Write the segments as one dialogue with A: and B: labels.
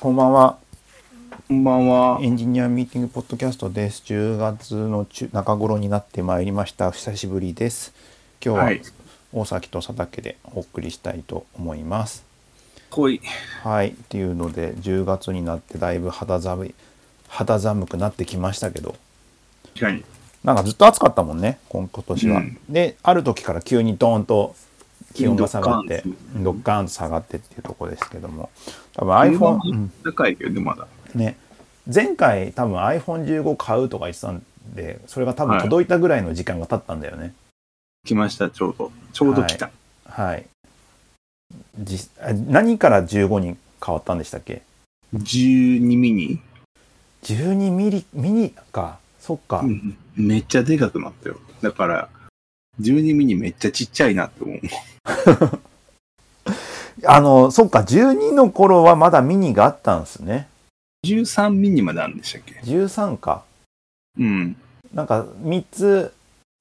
A: こんばんは。
B: こんばんは
A: エ。ンジニアミーティングポッドキャストです。10月の中中頃になってまいりました。久しぶりです。今日は
B: はい
A: 大崎と佐竹でお送りしたいと思います。
B: ほい。
A: はい。っていうので、10月になってだいぶ肌寒い、肌寒くなってきましたけど、
B: 確かに。
A: なんかずっと暑かったもんね、今今年は。
B: うん
A: で、ある時から急にドーンと気温が下がって
B: ドッカーン、
A: ドッカーンと下がってっていうところですけども、多分
B: iPhone
A: iPhone、うん
B: 高いけどね、まだ。
A: ね前回多分 iPhone15 買うとか言ってたんでそれが多分届いたぐらいの時間が経ったんだよね
B: 来ました、ちょうど。ちょうど来た。
A: はい、じあ何から15に変わったんでしたっけ
B: 12ミニ、
A: 12ミリミニかそっか、
B: うんめっちゃでかくなったよ。だから、12ミニめっちゃちっちゃいなって思う。
A: あのそっか12の頃はまだミニがあったんですね
B: 13ミニまであるんでしたっけ
A: 13か
B: うん。
A: なんか3つ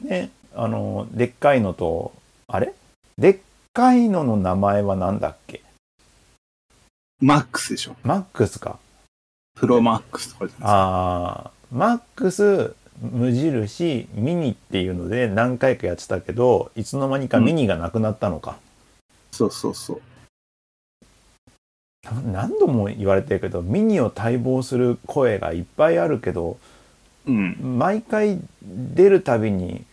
A: ねあのでっかいのとあれでっかいのの名前は何だっけ
B: マックスでしょ。
A: マックスか
B: プロマックスとかじゃない
A: あーマックス無印ミニっていうので何回かやってたけどいつの間にかミニがなくなったのか、
B: ですか。そうそうそう。
A: な何度も言われてるけどミニを待望する声がいっぱいあるけど
B: うん。
A: 毎回出るたびに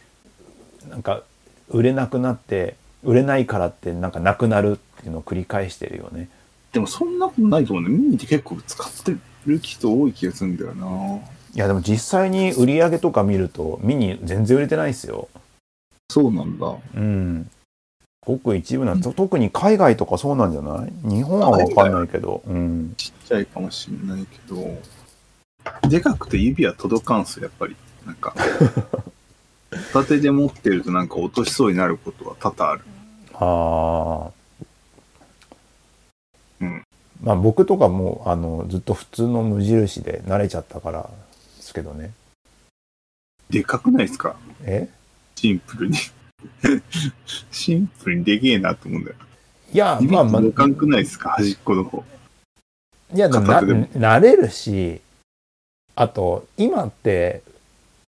A: なんか売れなくなって売れないからってなんかなくなるっていうのを繰り返してるよね
B: でもそんなことないと思うね。ミニって結構使ってる人多い気がするんだよな。
A: いやでも実際に売り上げとか見るとミニ全然売れてないですよ
B: そうなんだ。
A: うん。ごく一部なんです、特に海外とかそうなんじゃない日本はわかんないけど。うん。
B: ちっちゃいかもしれないけど、でかくて指は届かんすよ、やっぱり。なん か、片手で持ってるとなんか落としそうになることは多々ある。
A: ああ。
B: うん。
A: まあ僕とかもうあのずっと普通の無印で慣れちゃったからですけどね。
B: でかくないですか
A: え
B: シンプルに。 シンプルにでけえなと思うんだよ。
A: いや、
B: 指
A: まあまあ、
B: 届
A: い
B: かんくないですか端っこの方。
A: や、でもな
B: 片手でも
A: 慣れるし、あと今って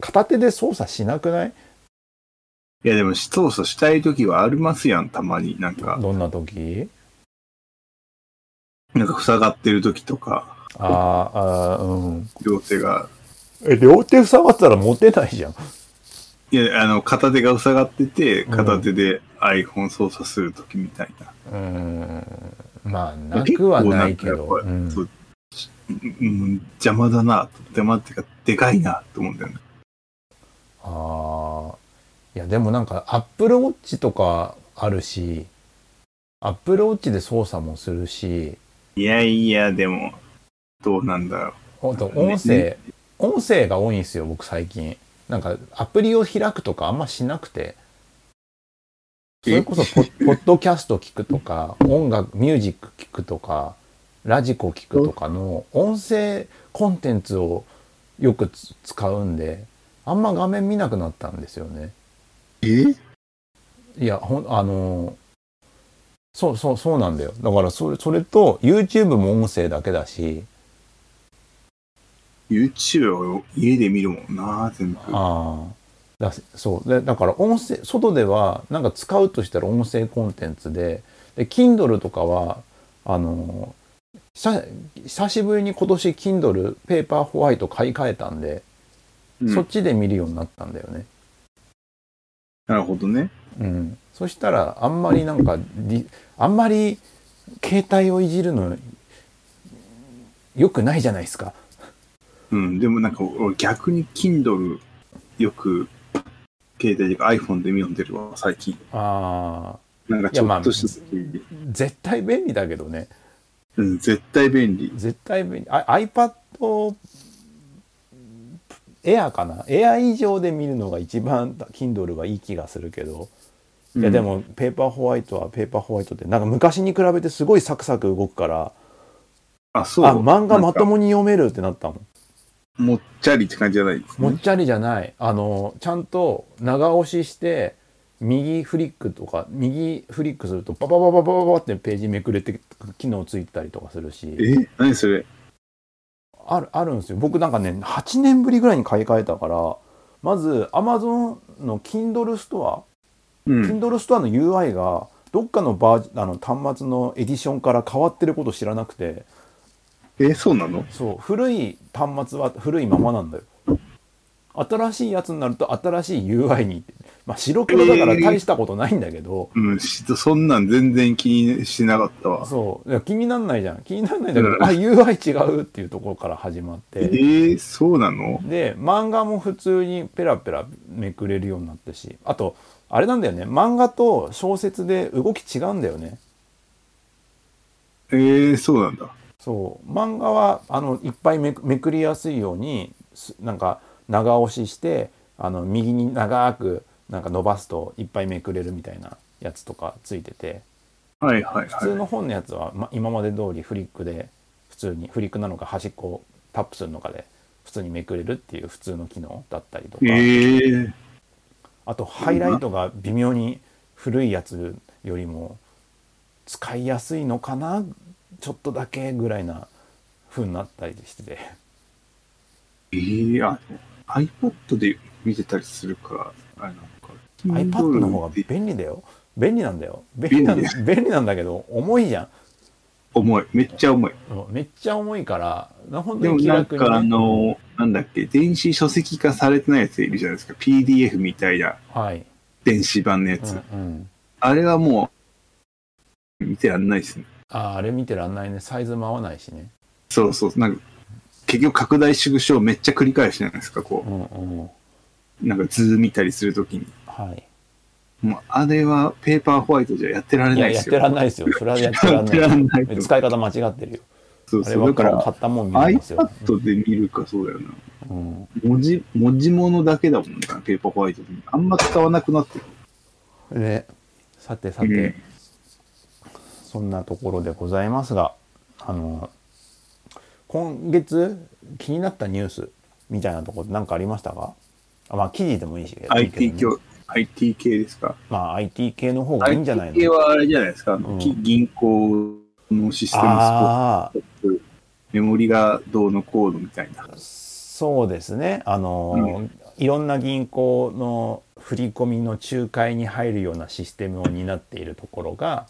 A: 片手で操作しなくない
B: いやでも操作したい時はありますやん、たまに。なんか、
A: どんな時
B: なんか塞がってる時とか、
A: あーあー、うん。
B: 両手が。
A: え、両手塞がってたら持てないじゃん。
B: いや、あの、片手が塞がってて、
A: うん
B: 片手で iPhone 操作する時みたいな。
A: うーんまあなくはないけど、う
B: そ
A: ん
B: ううん、邪魔だな、邪魔っていうか、でかいなと思うんだよね。
A: ああいやでもなんかアップルウォッチとかあるしアップルウォッチで操作もするし
B: いやいや、でも、どうなんだろ
A: ほんと音声、
B: ね
A: 音声が多いんですよ僕最近なんかアプリを開くとかあんましなくてそれこそポ ッポッドキャスト聞くとか音楽ミュージック聞くとかラジコ聞くとかの音声コンテンツをよくつ使うんであんま画面見なくなったんですよね
B: う。え
A: いやほんあのーそうそうそうなんだよだからそれそれと YouTube も音声だけだし
B: ?YouTube を家で見るもんな、全部。
A: ああだそうでだから音声外ではなんか使うとしたら音声コンテンツでで Kindle とかはあの久久しぶりに今年 Kindle ペーパーホワイト買い替えたんで、
B: うん
A: そっちで見るようになったんだよね。
B: なるほどね。
A: うん、そしたらあんまりなんかりあんまり携帯をいじるのよくないじゃないですか。
B: うん、でもなんか、俺逆に Kindle よく、携帯とか iPhone で読んでるわ、最近。
A: あ
B: なんかちょっとした時に、
A: ー絶対便利だけどね。
B: うん、絶対便利。
A: 絶対便利あ iPad Air かな Air 以上で見るのが一番 Kindle はいい気がするけど、いやでもペーパーホワイトはペーパーホワイトでなんか昔に比べてすごいサクサク動くから
B: あ、
A: あ
B: そう。
A: 漫画まと
B: も。
A: もに読めるってなったもん
B: もっちゃりって感じじゃないです
A: も
B: ね
A: っちゃりじゃないあのちゃんと長押しして右フリックとか右フリックするとバババババババってページめくれて機能ついたりとかするし
B: え何それ
A: あるあるんですよ僕なんかね8年ぶりぐらいに買い替えたからまず Amazon の Kindle ストア
B: うん。
A: Kindle ストアの UI がどっかのバージあの端末のエディションから変わってること知らなくて
B: え、そうなの
A: そう古い端末は古いままなんだよ新しいやつになると新しい UI にまあ白黒だから大したことないんだけど、
B: うん、しそんなん全然気にしなかったわ。
A: そういや気になんないじゃん気になんないんだけど、
B: うん
A: あ UI 違うっていうところから始まっ
B: え
A: て
B: ー、そうなの
A: で漫画も普通にペラペラめくれるようになったしあとあれなんだよね漫画と小説で動き違うんだよね
B: えー、そうなんだ。
A: そう漫画はあのいっぱいめくめくりやすいようにすなんか長押ししてあの右に長くなんか伸ばすといっぱいめくれるみたいなやつとかついてて
B: はいはい
A: 普通
B: は
A: の本のやつは、ま、今まで通りフリックで普通にフリックなのか端っこをタップするのかで普通にめくれるっていう普通の機能だったりとか、
B: い。えー、
A: あとハイライトが微妙に古いやつよりも使いやすいのかなちょっとだけぐらいな風になったりしてて。
B: えー、あ、iPad で見てたりするから、あれなのか。
A: iPad の方が
B: Kindle って
A: 便利だよ。便利なんだよ。便利なん
B: 便
A: 便利なんだけど、重いじゃん。
B: 重い。めっちゃ重い。
A: うんめっちゃ重いから、な本
B: で
A: 当
B: も
A: に気
B: なん
A: 楽にね、
B: かあの、なんだっけ、電子書籍化されてないやついるじゃないですか。PDF みたいな
A: はい。
B: 電子版のや
A: う
B: つ。
A: んうん。
B: あれはもう、見てらんないですね。
A: あーあれ見てらんないね。サイズも合わないしね。
B: そうそう。なんか、結局拡大縮小をめっちゃ繰り返しじゃないですか。こ
A: うんうん。
B: う、なんか図見たりするときに。
A: はい。
B: もう、あれはペーパーホワイトじゃやってら
A: い
B: れな
A: や、
B: いで
A: やっ
B: す
A: て
B: よ。
A: らんないですよ。それはやってらん
B: やってら
A: なん
B: ない
A: い。使い方間違ってるよ。
B: そう
A: あれ
B: そう。
A: は
B: だか
A: 買
B: ら、
A: ったもん見れますよ。
B: iPad で見るかそうだよな。
A: うん、
B: 文字、文字物だけだもんな、ペーパーホワイトで。あんま使わなくなってる。
A: ね。さてさて、
B: うん
A: そんなところでございますが、あの、今月気になったニュースみたいなところなんかありましたかあまあ記事でもいいし。いい
B: IT
A: けどね
B: 教、IT 系ですか。
A: まあ IT 系の方がいいんじゃない
B: IT 系
A: の
B: はあれじゃないですか。あの
A: うん
B: き銀行のシステムスポッ
A: ああ、
B: ト。メモリがどうのコードみたいな。
A: そうですね。あの、いろんな銀行の振り込みの仲介に入るようなシステムを担っているところが、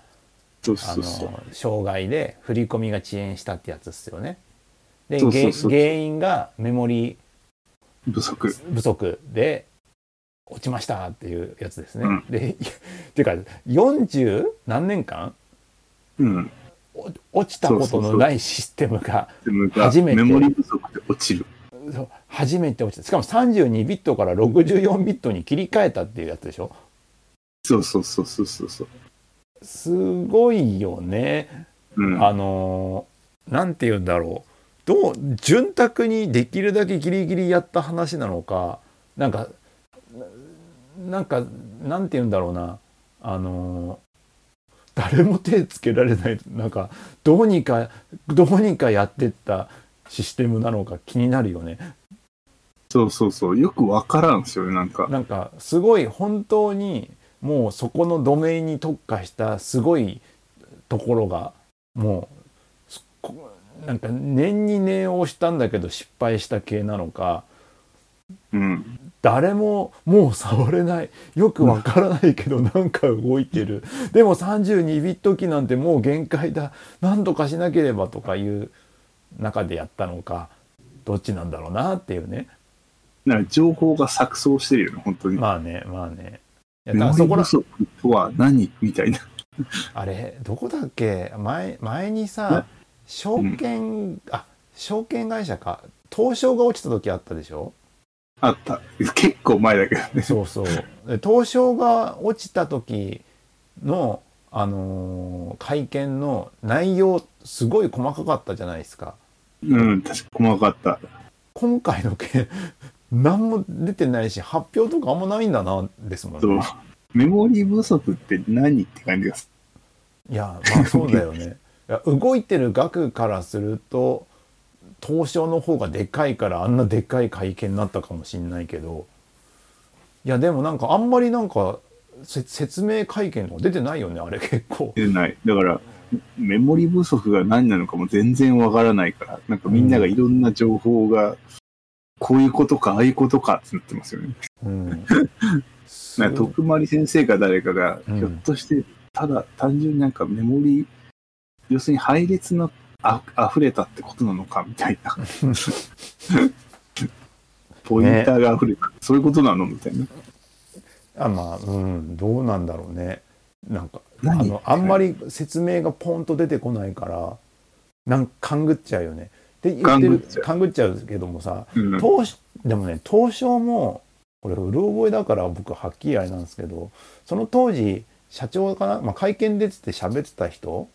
B: そう
A: あ
B: そうそう。
A: の障害で振り込みが遅延したってやつですよね。で
B: そうそうそう
A: げ原因がメモリ
B: 不足。
A: 不足で落ちましたっていうやつですね。
B: うん
A: で っていうか40何年間
B: うん。
A: お落ちたことのないシステムが
B: でもが
A: 初めて
B: メモリ不足で落ちる。
A: そう初めて落ちたしかも32ビットから64ビットに切り替えたっていうやつでしょ
B: そうそうそうそうそうそう。
A: すごいよね。
B: うん。
A: あのーなんて言うんだろうどう潤沢にできるだけギリギリやった話なのかなんかななんかなんて言うんだろうなあのー誰も手つけられないなんかどうにかどうにかやってったシステムなのか気になるよね
B: そうそうそう。よくわからんですよね、なんか。
A: なんかすごい本当にもうそこのドメインに特化したすごいところがもうすこなんか念に念をしたんだけど失敗した系なのか
B: うん。
A: 誰ももう触れないよくわからないけどなんか動いてるでも32ビット機なんてもう限界だ何とかしなければとかいう中でやったのかどっちなんだろうなっていうね
B: なんか情報が錯綜してるよね、本当に。
A: まあねまあねいや
B: メ
A: だから
B: モ
A: そ
B: リ
A: こ
B: 不
A: ら
B: 足とは何みたいな。
A: あれどこだっけ前前にさ証券、あ証券会社か東証が落ちた時あったでしょ
B: あった。結構前だけどね。
A: そうそうで東証が落ちた時の、あのー会見の内容すごい細かかったじゃないですか
B: うん、確か細かった。
A: 今回の件何も出てないし発表とかあんまないんだなですもん
B: そう
A: ね。
B: メモリ不足って何って感じがす
A: いやまあそうだよ ねいや動いてる額からすると東証の方がでかいからあんなでかい会見になったかもしんないけどいやでもなんかあんまりなんかせ説明会見とか出てないよねあれ結構
B: 出ない。だから、メモリ不足が何なのかも全然わからないから、なんかみんながいろんな情報が、こういうことか、ああいうことかってなってますよね。
A: うんす
B: なんか
A: ごい
B: 徳丸先生か誰かが、
A: うん
B: ひょっとして、ただ単純になんかメモリ、要するに配列のあ溢れたってことなのかみたい な。ポインターが溢れた、そういうことなのみたいな。
A: あまあうんどうなんだろうねなんかあ
B: 何
A: のあんまり説明がポンと出てこないからなんか勘ぐっちゃうよねって言って
B: 勘ぐ
A: る
B: っちゃう
A: 勘ぐっちゃうけどもさ
B: うん
A: 東でもね東証もこれうる覚えだから僕はっきりあれなんですけどその当時社長かな、まあ、会見出てて喋ってた人、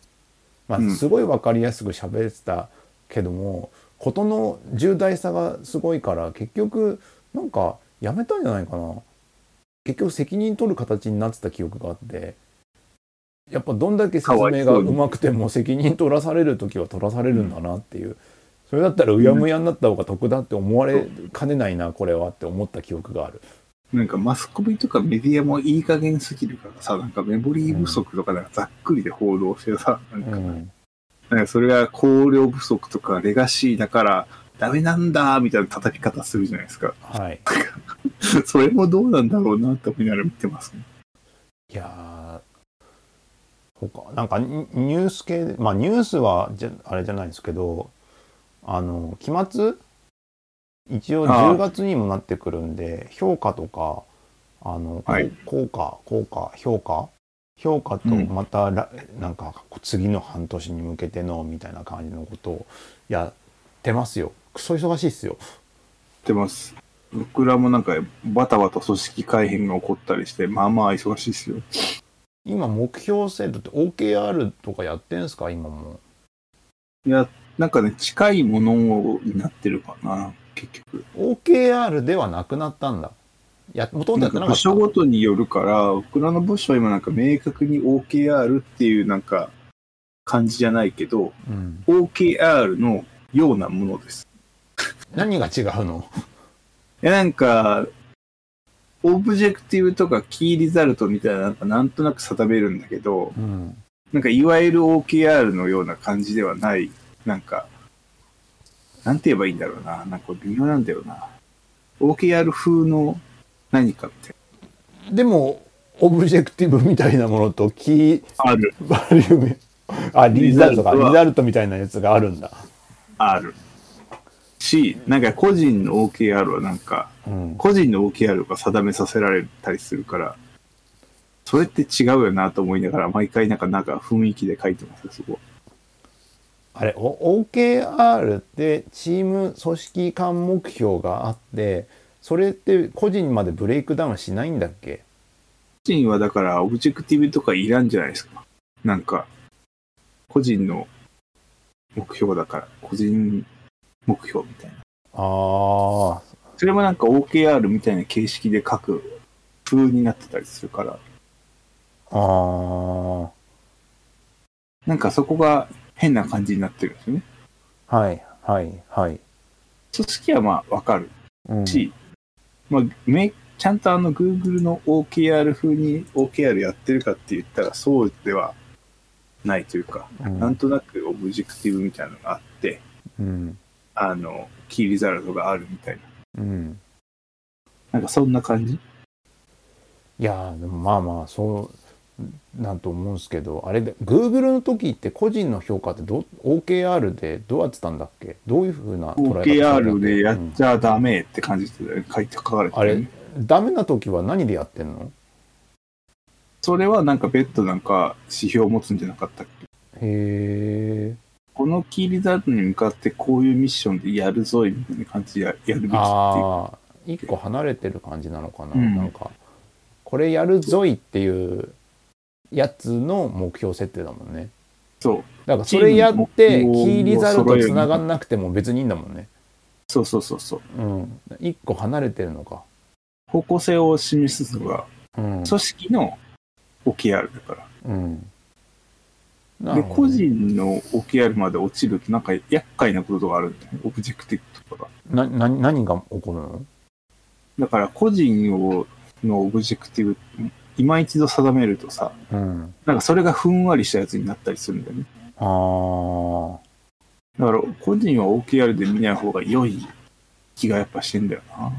A: ま
B: う
A: あ、
B: ん
A: すごい分かりやすく喋ってたけども、事の重大さがすごいから結局なんかやめたんじゃないかな結局責任取る形になってた記憶があってやっぱどんだけ説明
B: か
A: が
B: わいそう
A: う
B: に
A: まくても責任取らされる時は取らされるんだなっていうそれだったらうやむやになった方が得だって思われかねないなこれはって思った記憶がある
B: なんかマスコミとかメディアもいい加減すぎるからさ、なんかメモリー不足とかなんかざっくりで報道してさ、なんか
A: うん
B: なんかそれが考慮不足とかレガシーだからダメなんだみたいな叩き方するじゃないですか。
A: はい
B: それもどうなんだろうなって思いながら見てますね。
A: いやー他なんかニニュース系でまあニュースはじゃあれじゃないですけどあの期末一応
B: あー
A: 10月にもなってくるんで評価とかあの、
B: はい
A: こう効果効果評価評価と
B: うん
A: またら、なんか次の半年に向けてのみたいな感じのことをやってますよクソ忙しいっすよ
B: ってます。僕らもなんかバタバタ組織改変が起こったりして、まあまあ忙しいですよ。
A: 今目標制度って OKR とかやってんすか今も
B: いや、なんかね、近いものになってるかな、結局。
A: OKR ではなくなったんだ。いや、もともと
B: な
A: や
B: ん
A: って
B: か
A: なか
B: 部
A: った。
B: 署ごとによるから、僕らの部署は今なんか明確に OKR っていうなんか感じじゃないけど、
A: うん、
B: OKR のようなものです。
A: 何が違うの
B: いや、なんか、オブジェクティブとかキーリザルトみたいな、なんかなんとなく定めるんだけど、
A: うん。
B: なんかいわゆる OKR のような感じではない、なんか、なんて言えばいいんだろうな。なんか微妙なんだよな。OKR 風の何かって
A: でも、オブジェクティブみたいなものとキー
B: ある、
A: バリュー、あ、リザルトか、
B: リザルトは
A: リザルトみたいなやつがあるんだ。
B: ある。し、なんか個人の OKR はなんか、
A: うん。
B: 個人の OKR が定めさせられたりするから、それって違うよなと思いながら、毎回なんか、なんか雰囲気で書いてますよ、そこ。
A: あれ、お OKR ってチーム組織間目標があって、それって個人までブレイクダウンしないんだっけ
B: 個人はだから、オブジェクティブとかいらんじゃないですか。なんか、個人の目標だから、個人目標みたいな。
A: ああ、
B: それもなんか OKR みたいな形式で書く風になってたりするから、
A: ああ、
B: なんかそこが変な感じになってるんですよね。
A: はい、はい、はい。
B: 組織はまあわかる
A: うん、
B: し、まあ、めちゃんとあの Google の OKR 風に OKR やってるかって言ったらそうではないというか、
A: うん
B: なんとなくオブジェクティブみたいなのがあって、
A: うん。
B: あの、キーリザルトがあるみたいな。
A: うん。
B: なんかそんな感じ
A: いやーでもまあまあそうなんと思うんですけどあれで Google の時って個人の評価ってど OKR でどうやってたんだっけどういうふうな捉え方
B: ?OKR でや
A: う
B: っ
A: ん
B: ちゃダメって感じで書いて書かれて
A: あ
B: たよ
A: れ
B: ね。
A: ダメな時は何でやってんの
B: それはなんか別途なんか指標を持つんじゃなかったっけ
A: へえ
B: このキーリザルトに向かってこういうミッションでやるぞいみたいな感じでややるべきっていう。
A: ああ一個離れてる感じなのかな、
B: うん
A: なんかこれやるぞいっていうやつの目標設定だもんね
B: そう。
A: だからそれやってキ
B: チームの目標を
A: ーリザルトつながんなくても別にいいんだもんね
B: そうそうそうそう。
A: うん一個離れてるのか
B: 方向性を示すのが
A: うん
B: 組織の OKR だから。
A: うん。な
B: で、
A: るほ
B: 個
A: どね
B: 人の OKR まで落ちるとなんか厄介なことがあるんだよね。オブジェクティブとかが。
A: な、な、何が起こるの
B: だから個人をのオブジェクティブ今一度定めるとさ、
A: うん。
B: なんかそれがふんわりしたやつになったりするんだよね。
A: あー。
B: だから、個人は OKR で見ない方が良い気がやっぱしてんだよな。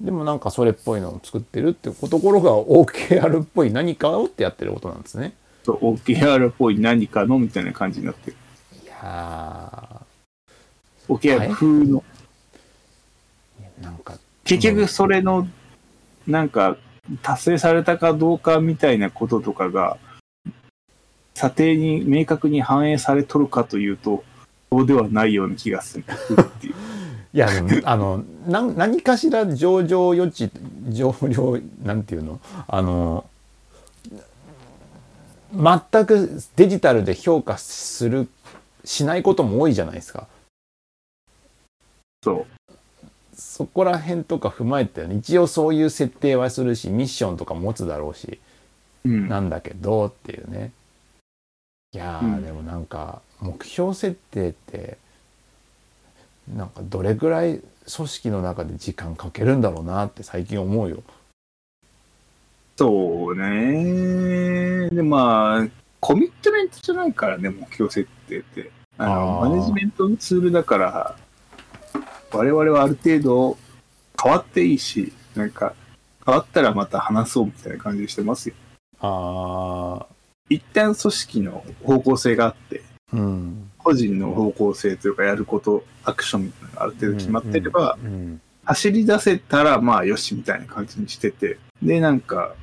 A: でもなんかそれっぽいのを作ってるってところが OKR っぽい何かをってやってることなんですね。
B: そう OKR っぽい何かのみたいな感じになってる。
A: いや
B: OKR 風の。
A: ー、なんか、
B: 結局それの、なんか、達成されたかどうかみたいなこととかが、査定に明確に反映されとるかというと、そうではないような気がするっていう。
A: いや、でもあの、なん何かしら上場余地、上量、なんていうのあの、全くデジタルで評価する、しないことも多いじゃないですか。
B: そう。
A: そこら辺とか踏まえて、一応そういう設定はするし、ミッションとか持つだろうし、
B: うん。
A: なんだけどっていうね。いやー、
B: うん
A: でもなんか目標設定ってなんかどれぐらい組織の中で時間かけるんだろうなって最近思うよ。
B: そうね。で、まあ、コミットメントじゃないからね、目標設定って。あの
A: あー
B: マネジメントのツールだから、我々はある程度変わっていいし、なんか、変わったらまた話そうみたいな感じしてますよ。
A: あ
B: 一旦組織の方向性があって、
A: ーうん。
B: 個人の方向性というか、やること、アクションみたいなのがある程度決まってれば、
A: うんうん
B: 走り出せたら、まあ、よし、みたいな感じにしてて、で、なんか、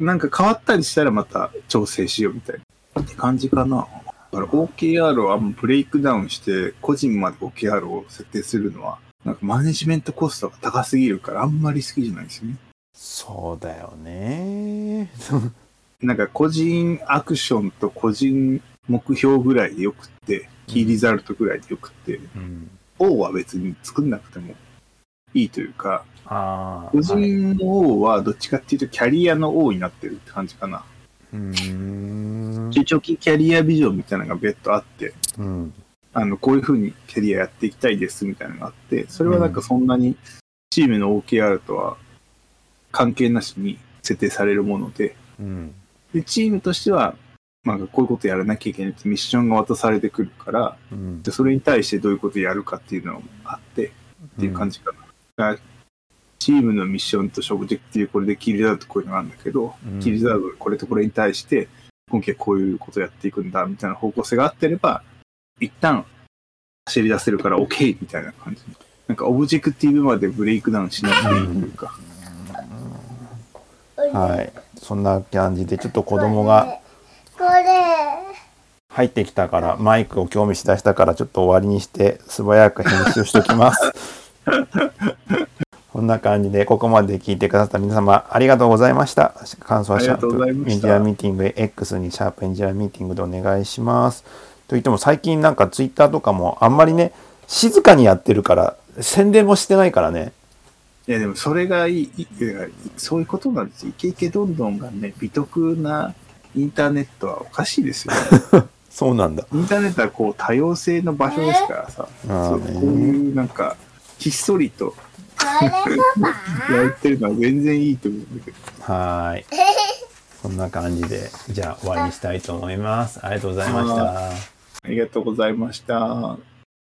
B: なんか変わったりしたらまた調整しようみたいなって感じかな。だから OKR をあんまブレイクダウンして、個人まで OKR を設定するのは、なんかマネジメントコストが高すぎるからあんまり好きじゃないですよね。
A: そうだよね。
B: なんか個人アクションと個人目標ぐらいでよくって、キーリザルトぐらいでよくって、
A: うん、
B: 王は別に作んなくてもいいというか、
A: あー
B: 個人の王はどっちかっていうとキャリアの王になってるって感じかな。
A: うーん
B: 中長期キャリアビジョンみたいなのが別途あって、
A: うん
B: あの、こういう風にキャリアやっていきたいですみたいなのがあって、それはなんかそんなにチームの OKR とは関係なしに設定されるもので、
A: うん
B: で、チームとしては、なんかこういうことやらなきゃいけないってミッションが渡されてくるから、
A: うん
B: で、それに対してどういうことやるかっていうのもあって、っていう感じかな。だからチームのミッションとオブジェクティブこれで切りだとこういうのがあるんだけど、
A: うん
B: 切りだとこれとこれに対して、今期はこういうことやっていくんだみたいな方向性があってれば、一旦走り出せるから OK みたいな感じ。なんかオブジェクティブまでブレイクダウンしなくていいというか。
A: はいそんな感じでちょっと子供が
C: これ
A: 入ってきたからマイクを興味しだしたからちょっと終わりにして素早く編集しときます こんな感じでここまで聞いてくださった皆様ありがとうございました感想はシャー
B: ありがとうご
A: プ
B: ざ
A: エ
B: いました
A: ンジニアミーティングへ X にシャープエンジニアミーティングでお願いしますといっても最近なんかツイッターとかもあんまりね静かにやってるから宣伝もしてないからね
B: いやでもそれがいい、いいやそういうことなんですよ。イケイケどんどんがね、美徳なインターネットはおかしいで すよ。
A: そうなんだ
B: インターネットはこう多様性の場所ですからさ、
A: あ
B: そ
A: ー
B: うこういうなんかひっそりと
C: これパパ
B: やってるのは全然いいと思うんだけど。
A: はーい こんな感じでじゃあ終わりにしたいと思いますありがとうございました
B: ありがとうございました。